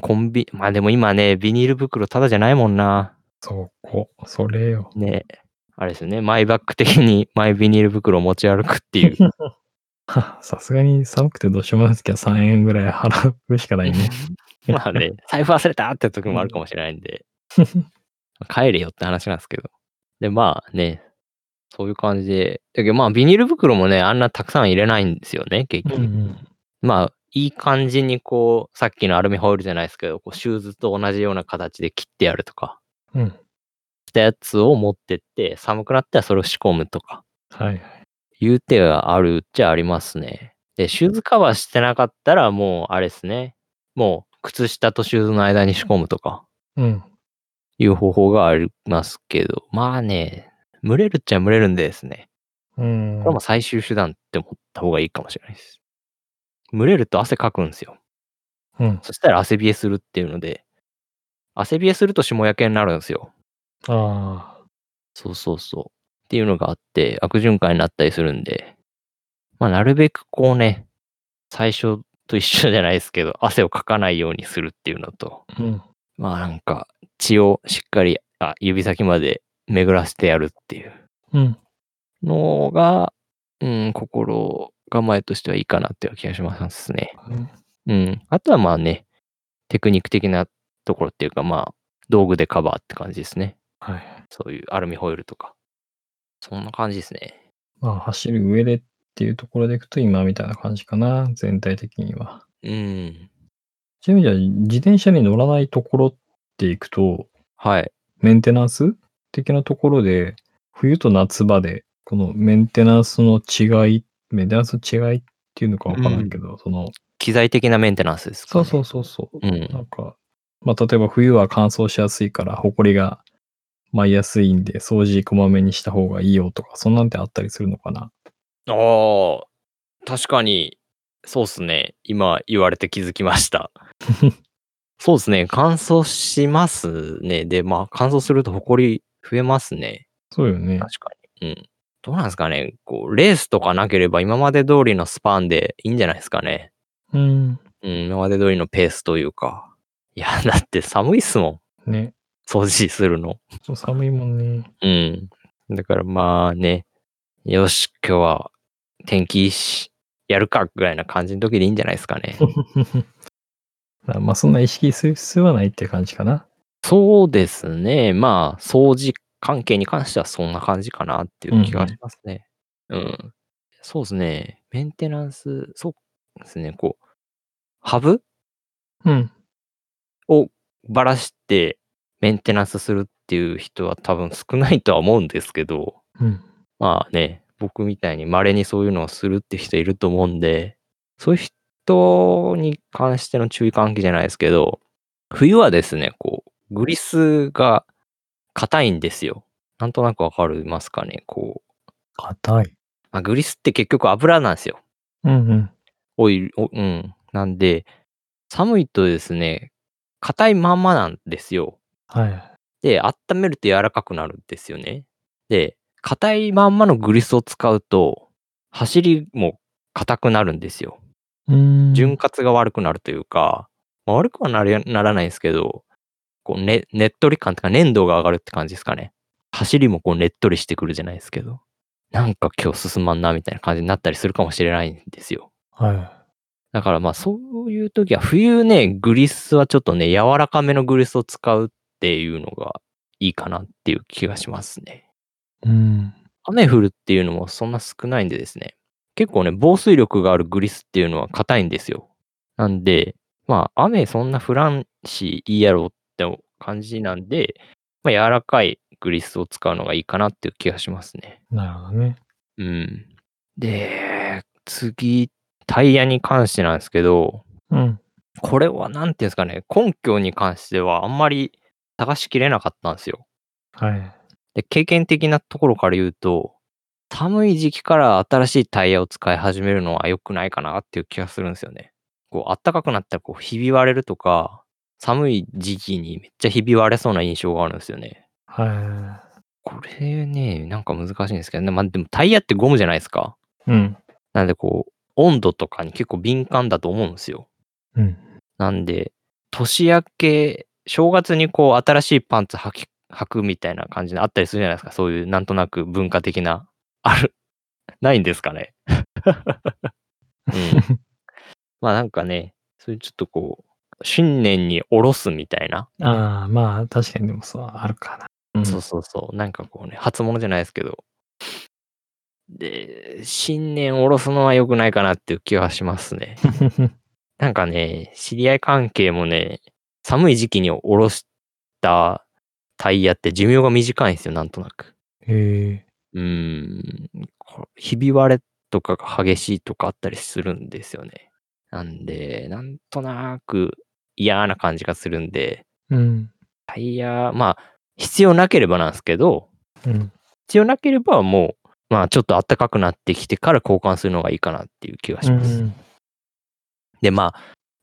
コンビ、まあでも今ね、ビニール袋ただじゃないもんな。そこ、それよ。 ねあれですよね、マイバッグ的に マイビニール袋を持ち歩くっていう。はさすがに寒くてどうしようもないときは3円ぐらい払うしかない ね。 まあね、財布忘れたって時もあるかもしれないん で、帰れよって話なんですけど。で、まあね、そういう感じで。だけどまあ、ビニール袋もね、あんなたくさん入れないんですよね、結うんう局。ん。まあ、いい感じにこう、さっきのアルミホイルじゃないですけど、こうシューズと同じような形で切ってやるとか、うん。したやつを持ってって、寒くなったらそれを仕込むとか、はいはい。いう手があるっちゃありますね。で、シューズカバーしてなかったら、もう、あれですね。もう、靴下とシューズの間に仕込むとか。うん。いう方法がありますけど、まあね、群れるっちゃ群れるんでですね、うんこれ。も最終手段って思った方がいいかもしれないです。群れると汗かくんですよ。うん。そしたら汗冷えするっていうので、汗冷えすると霜焼けになるんですよ。ああ。そうそうそう。っていうのがあって、悪循環になったりするんで、まあなるべくこうね、最初と一緒じゃないですけど、汗をかかないようにするっていうのと、うん。まあなんか血をしっかりあ指先まで巡らせてやるっていううん。のが、うん、心構えとしてはいいかなっていう気がしますね。うん。あとはまあね、テクニック的なところっていうかまあ道具でカバーって感じですね。はい。そういうアルミホイルとか。そんな感じですね。まあ、走る上でっていうところでいくと今みたいな感じかな。全体的には。うん。ちなみにじゃあ、自転車に乗らないところっていくと、はい。メンテナンス的なところで、冬と夏場で、このメンテナンスの違い、メンテナンスの違いっていうのかわからないけど、その、機材的なメンテナンスですか、そうね。そううそうそう。んなんか、まあ、例えば冬は乾燥しやすいから、ホコリが舞いやすいんで、掃除こまめにした方がいいよとか、そんなんてあったりするのかな。ああ、確かに、そうっすね。今言われて気づきま した。そうですね。乾燥しますね。で、まあ、乾燥すると埃増えますね。そうよね。確かに。うん。どうなんですかね。こう、レースとかなければ今まで通りのスパンでいいんじゃないですかね。うん。うん、今まで通りのペースというか。いや、だって寒いっすもん。ね。掃除するの。そう寒いもんね。 うん。だからまあね、よし、今日は天気し、やるかぐらいな感じの時でいいんじゃないですかね。まあそんな意識する必要はないっていう感じかな。そうですね。まあ、掃除関係に関してはそんな感じかなっていう気がしますね。うん、そうですね。メンテナンス、そうですね。こう、ハブうん。をばらしてメンテナンスするっていう人は多分少ないとは思うんですけど、うん。まあね、僕みたいに稀にそういうのをするって人いると思うんで、そういう人に関しての注意喚起じゃないですけど、冬はですね、こう、グリスが硬いんですよ。なんとなくわかりますかね。こう、硬い。まあ、グリスって結局油なんですよ。うんうん。オイル、おうん。なんで、寒いとですね、硬いまんまなんですよ。はい。で、温めると柔らかくなるんですよね。で、硬いまんまのグリスを使うと、走りも硬くなるんですよ。うーん。潤滑が悪くなるというか、まあ悪くはなりならないですけど、こうね、ねっとり感とか粘度が上がるって感じですかね。走りもこうねっとりしてくるじゃないですけど、なんか今日進まんなみたいな感じになったりするかもしれないんですよ。はだからまあそういう時は冬ね、グリスはちょっとね、柔らかめのグリスを使うっていうのがいいかなっていう気がしますね。い。うん。雨降るっていうのもそんな少ないんでですね、結構ね、防水力があるグリスっていうのは硬いんですよ。なんで、まあ雨そんな降らんしいいやろって感じなんで、まあ柔らかいグリスを使うのがいいかなっていう気がしますね。なるほどね。うん。で、次、タイヤに関してなんですけど、うん。これは何ていうんですかね、根拠に関してはあんまり探しきれなかったんですよ。はい。で、経験的なところから言うと、寒い時期から新しいタイヤを使い始めるのは良くないかなっていう気がするんですよね。こう、暖かくなったらこう、ひび割れるとか、寒い時期にめっちゃひび割れそうな印象があるんですよね。はこれね、なんか難しいんですけどね。まあでもタイヤってゴムじゃないですか。い。うん。なんでこう、温度とかに結構敏感だと思うんですよ。うん。 なんで、年明け、正月にこう、新しいパンツ履き履くみたいな感じのあったりするじゃないですか。そういう、なんとなく文化的な、ある、ないんですかね。 うん。まあなんかね、そういうちょっとこう、新年におろすみたいな、ああ、まあ確かにでもそう、あるかな。うんそうそうそう。なんかこうね、初物じゃないですけど。で、新年おろすのは良くないかなっていう気はしますね。なんかね、知り合い関係もね、寒い時期におろしたタイヤって寿命が短いんですよ、なんとなく。 へえ。うーん、こうひび割れとかが激しいとかあったりするんですよね。なんで、なんとなく嫌な感じがするんで、うん。タイヤ、まあ、必要なければなんですけど、うん。必要なければもう、まあちょっと暖かくなってきてから交換するのがいいかなっていう気がしうます。ん。で、まあ、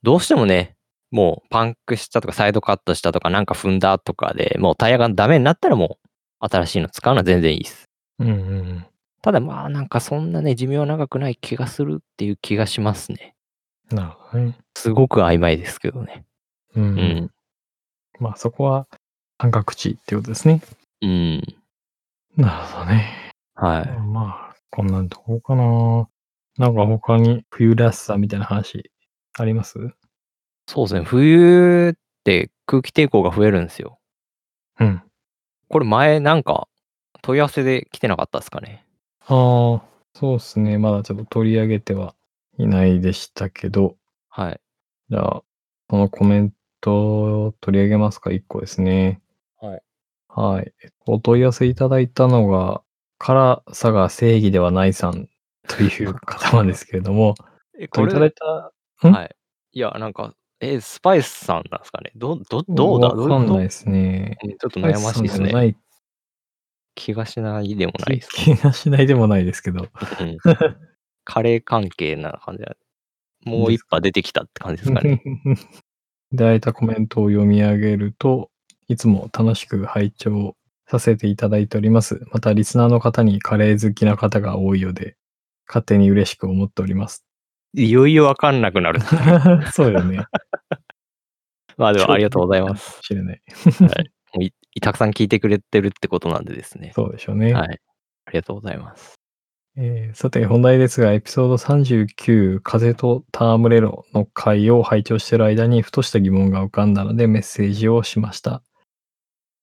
どうしてもね、もうパンクしたとかサイドカットしたとかなんか踏んだとかでもうタイヤがダメになったらもう新しいの使うのは全然いいです。うんうん。ただまあなんかそんなね、寿命長くない気がするっていう気がしますね。なるほどね。すごく曖昧ですけどね。う。うんん。まあそこは感覚値ってことですね。うん。なるほどね。はい。まあ、こんなんとこかな。なんか他に冬らしさみたいな話ありますそうですね。冬って空気抵抗が増えるんですよ。うん。これ前なんか問い合わせで来てなかったですかね。ああ、そうですね。まだちょっと取り上げてはいないでしたけど、はい。じゃあ、このコメントを取り上げますか、1個ですね。はい。はい。お問い合わせいただいたのが、辛さが正義ではないさん という方なんですけれども、え、こいれ、ただいた、んはい。いや、なんか、え、スパイスさんなんですかねど、ど、どうだわかんないい。ですね。どうんちょっと悩ましいですね。ない気がしないでもないですね。気がしないでもないですけど。うんカレー関係な感じだもう一波出てきたって感じですかね。いた だいたコメントを読み上げると、いつも楽しく拝聴させていただいております。また、リスナーの方にカレー好きな方が多いようで、勝手に嬉しく思っており ます。いよいよわかんなくな る。そうよね。まあでもありがとうございます。す。知れない。たくさん聞いてくれてるってことなんでですね。そうでしょうね。はい。ありがとうございます。えーさて、本題ですが、エピソード39、風と戯れろの回を拝聴している間に、ふとした疑問が浮かんだので、メッセージをしました。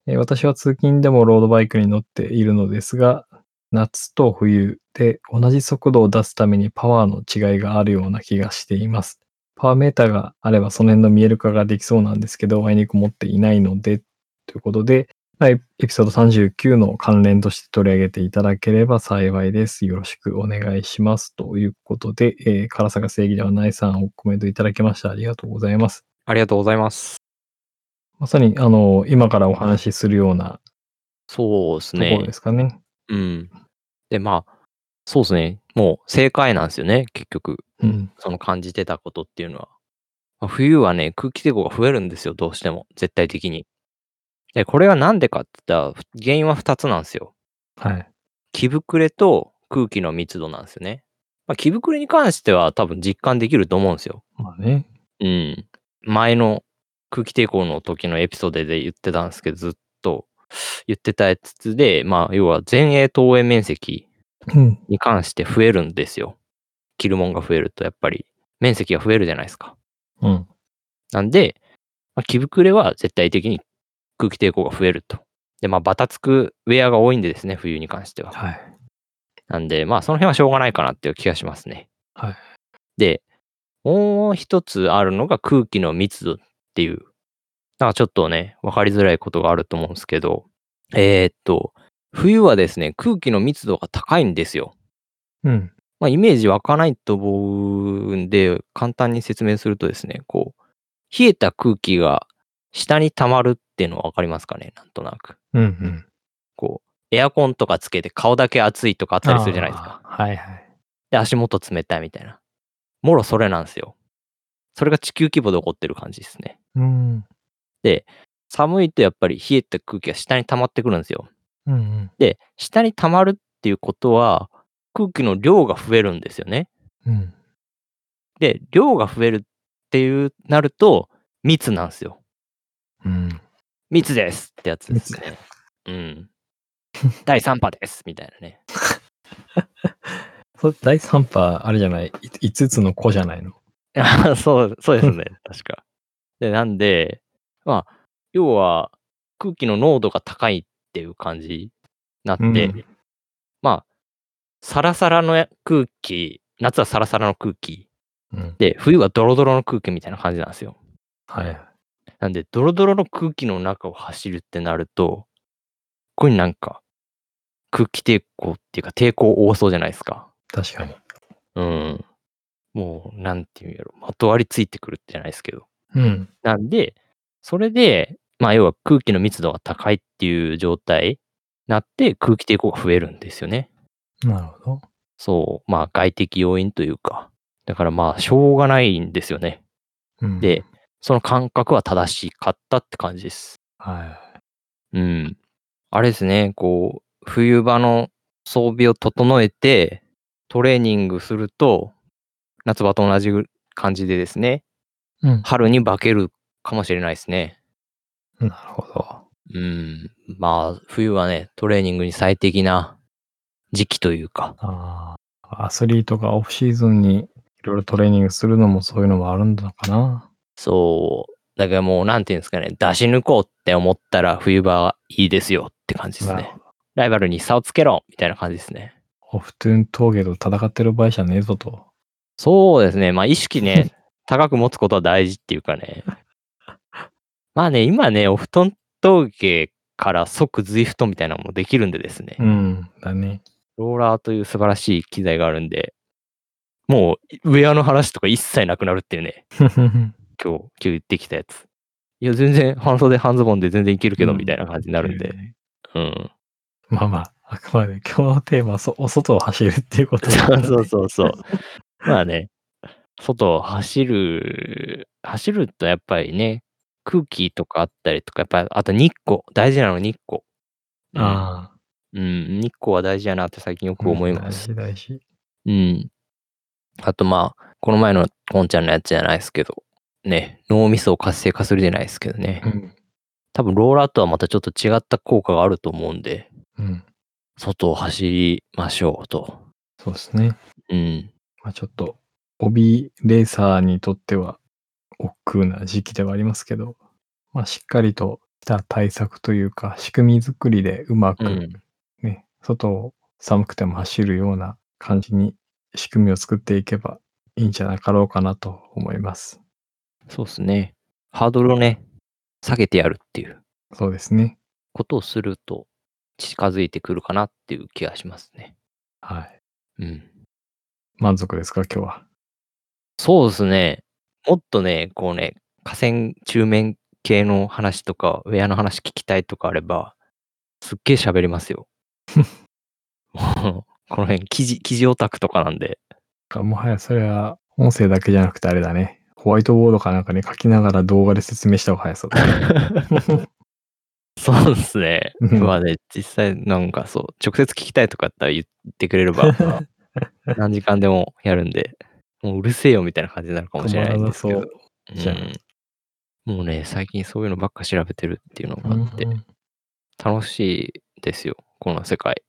えー私は通勤でもロードバイクに乗っているのですが、夏と冬で同じ速度を出すためにパワーの違いがあるような気がしています。パワーメーターがあれば、その辺の見える化ができそうなんですけど、あいにく持っていないので、ということで、まあエエピソード39の関連として取り上げていただければ幸いです。よろしくお願いします。ということで、えー、辛さが正義ではないさんをコメントいただきました。ありがとうございます。ありがとうございます。まさに、あの、今からお話しするようなそうですところねで。すかね。うん。で、まあ、そうですね。もう正解なんですよね、結局。うん。その感じてたことっていうのは。まあ冬はね、空気抵抗が増えるんですよ、どうしても。絶対的に。で、これはなんでかって言ったら、ふ原因は2つなんですよ。はい。気膨れと空気の密度なんですよね。まあ、気膨れに関しては多分実感できると思うんですよ。まあね。うん。前の空気抵抗の時のエピソードで言ってたんですけど、ずっと言ってたやつで、まあ、要は前衛投影面積うん。に関して増えるんですよ。着るもんが増えると、やっぱり面積が増えるじゃないですか。うん。なんで、まあ、着膨れは絶対的に空気抵抗が増えると。で、まあ、バタつくウェアが多いんでですね、冬に関しては。はい。なんで、まあ、その辺はしょうがないかなっていう気がしますね。はい。で、もう一つあるのが空気の密度っていう。なんかちょっとね、わかりづらいことがあると思うんですけど、えーっと、冬はですね、空気の密度が高いんですよ。うん。まあ、イメージ湧かないと思うんで、簡単に説明するとですね、こう、冷えた空気が下に溜まるっていうのはわかりますかね、なんとなく。うん。うん。こう、エアコンとかつけて顔だけ暑いとかあったりするじゃないですか。あー。はいはい。で、足元冷たいみたいな。もろそれなんですよ。それが地球規模で起こってる感じですね。うん。寒いとやっぱり冷えた空気が下に溜まってくるんですよ。うんうん。で、下に溜まるっていうことは、空気の量が増えるんですよね。うん。で、量が増えるっていうなると、密なんですよ。うん。密ですってやつですね。うん。 第3波ですみたいなね。 それ第3波、あれじゃない、い5つの子じゃないの。あそう、そうです ね。確か。で、なんで、まあ、要は、空気の濃度が高いっていう感じになって、うんまあ、サラサラの空気、夏はサラサラの空気、うん。で、冬はドロドロの空気みたいな感じなんですよ。はい。なんで、ドロドロの空気の中を走るってなると、ここになんか、空気抵抗っていうか、抵抗多そうじゃないですか。確かに。うん。もう、なんていうんやろ、まとわりついてくるってじゃないですけど。うん。なんで、それで、まあ、要は空気の密度が高いっていう状態になって、空気抵抗が増えるんですよね。なるほど。そう、まあ、外的要因というか。だからまあ、しょうがないんですよね。うんで、その感覚は正しかったって感じです。はい。うん。あれですね、こう、冬場の装備を整えて、トレーニングすると、夏場と同じ感じでですね、うん。春に化けるかもしれないですね。なるほど。うん。まあ、冬はね、トレーニングに最適な時期というか。ああ、アスリートがオフシーズンにいろいろトレーニングするのもそういうのもあるんだかな。そう。だからもう、なんていうんですかね、出し抜こうって思ったら冬場はいいですよって感じですなるねほ。ど。ライバルに差をつけろみたいな感じですね。オフトゥーン峠と戦ってる場合じゃねえぞと。そうですね。まあ、意識 ね、高く持つことは大事っていうかね。まあね、今ね、お布団峠から即随布団みたいなのもできるんでですね。うん。だね。ローラーという素晴らしい機材があるんで、もう、ウェアの話とか一切なくなるっていうね。今日、今日言ってきたやつ。いや、全然、半袖、半ズボンで全然いけるけど、うんみたいな感じになるんで。。うん。 まあまあ、あくまで今日のテーマはそお外を走るっていうこと そうう。そうそうそう。まあね、外を走る、走るとやっぱりね、空気とかあったりとか、やっぱり、あと日光、大事なの日光。うんああ。うん、日光は大事やなって最近よく思います。大事大事。うん。あとまあ、この前のこんちゃんのやつじゃないですけど、ね、脳みそを活性化するじゃないですけどねう。ん。多分ローラーとはまたちょっと違った効果があると思うんで、うん。外を走りましょうと。そうですね。うん。まあ、ちょっと、帯レーサーにとっては、億劫な時期ではありますけど、まあ、しっかりとした対策というか、仕組み作りでうまく、うんね、外を寒くても走るような感じに仕組みを作っていけばいいんじゃなかろうかなと思います。そうですね。ハードルをね、下げてやるっていうそうですね。ことをすると、近づいてくるかなっていう気がしますね。はい。うん。満足ですか、今日は。そうですね。もっとね、こうね、河川中面系の話とか、ウェアの話聞きたいとかあれば、すっげえ喋ります よ。もうこの辺、記事、記事オタクとかなん で。かもはやそれは音声だけじゃなくてあれだね。ホワイトボードかなんかに書きながら動画で説明した方が早そうだ ね。そうですね。うんまあね、実際なんかそう、直接聞きたいとかあったら言ってくれれ ば、まあ何時間でもやるんで、もううるせえよみたいな感じになるかもしれないんです けど。止じゃんうんもうね、最近そういうのばっか調べてるっていうのがまあらなってそう。、楽しいですよ、この世 界。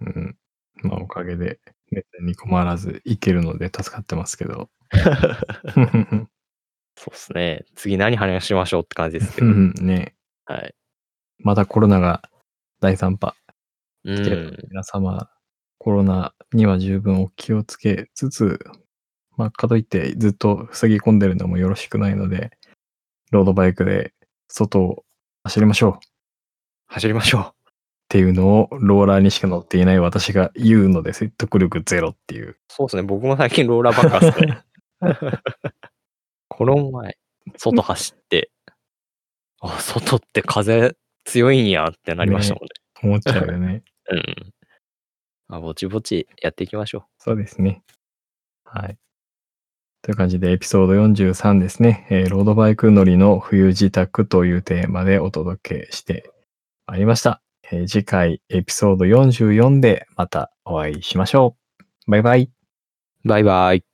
うん。まあおかげでネタに困らずいけるので助かってますけ ど。そうですね。次何話しましょうって感じですけうど。んねはい。またコロナが第3波う来てるのんで、皆様、コロナには十分お気をつけつつ、まあ、かといってずっと塞ぎ込んでるのもよろしくないので、ロードバイクで外を走りましょうっ走りましょていうのをローラーにしか乗っていない私が言うので説得力ゼロっていう う。。そうですね。僕も最近ローラーばっかっすね。この前、外走って、あ、外って風強いんやってなりましたもんね。思っちゃうよね。うん。まあ、ぼちぼちやっていきましょそうですね。はい。という感じでエピソード43ですね、えーロードバイク乗りの冬自宅というテーマでお届けしてまいりました。えー次回エピソード44でまたお会いしましょう。バイバイ。う。バイバイ。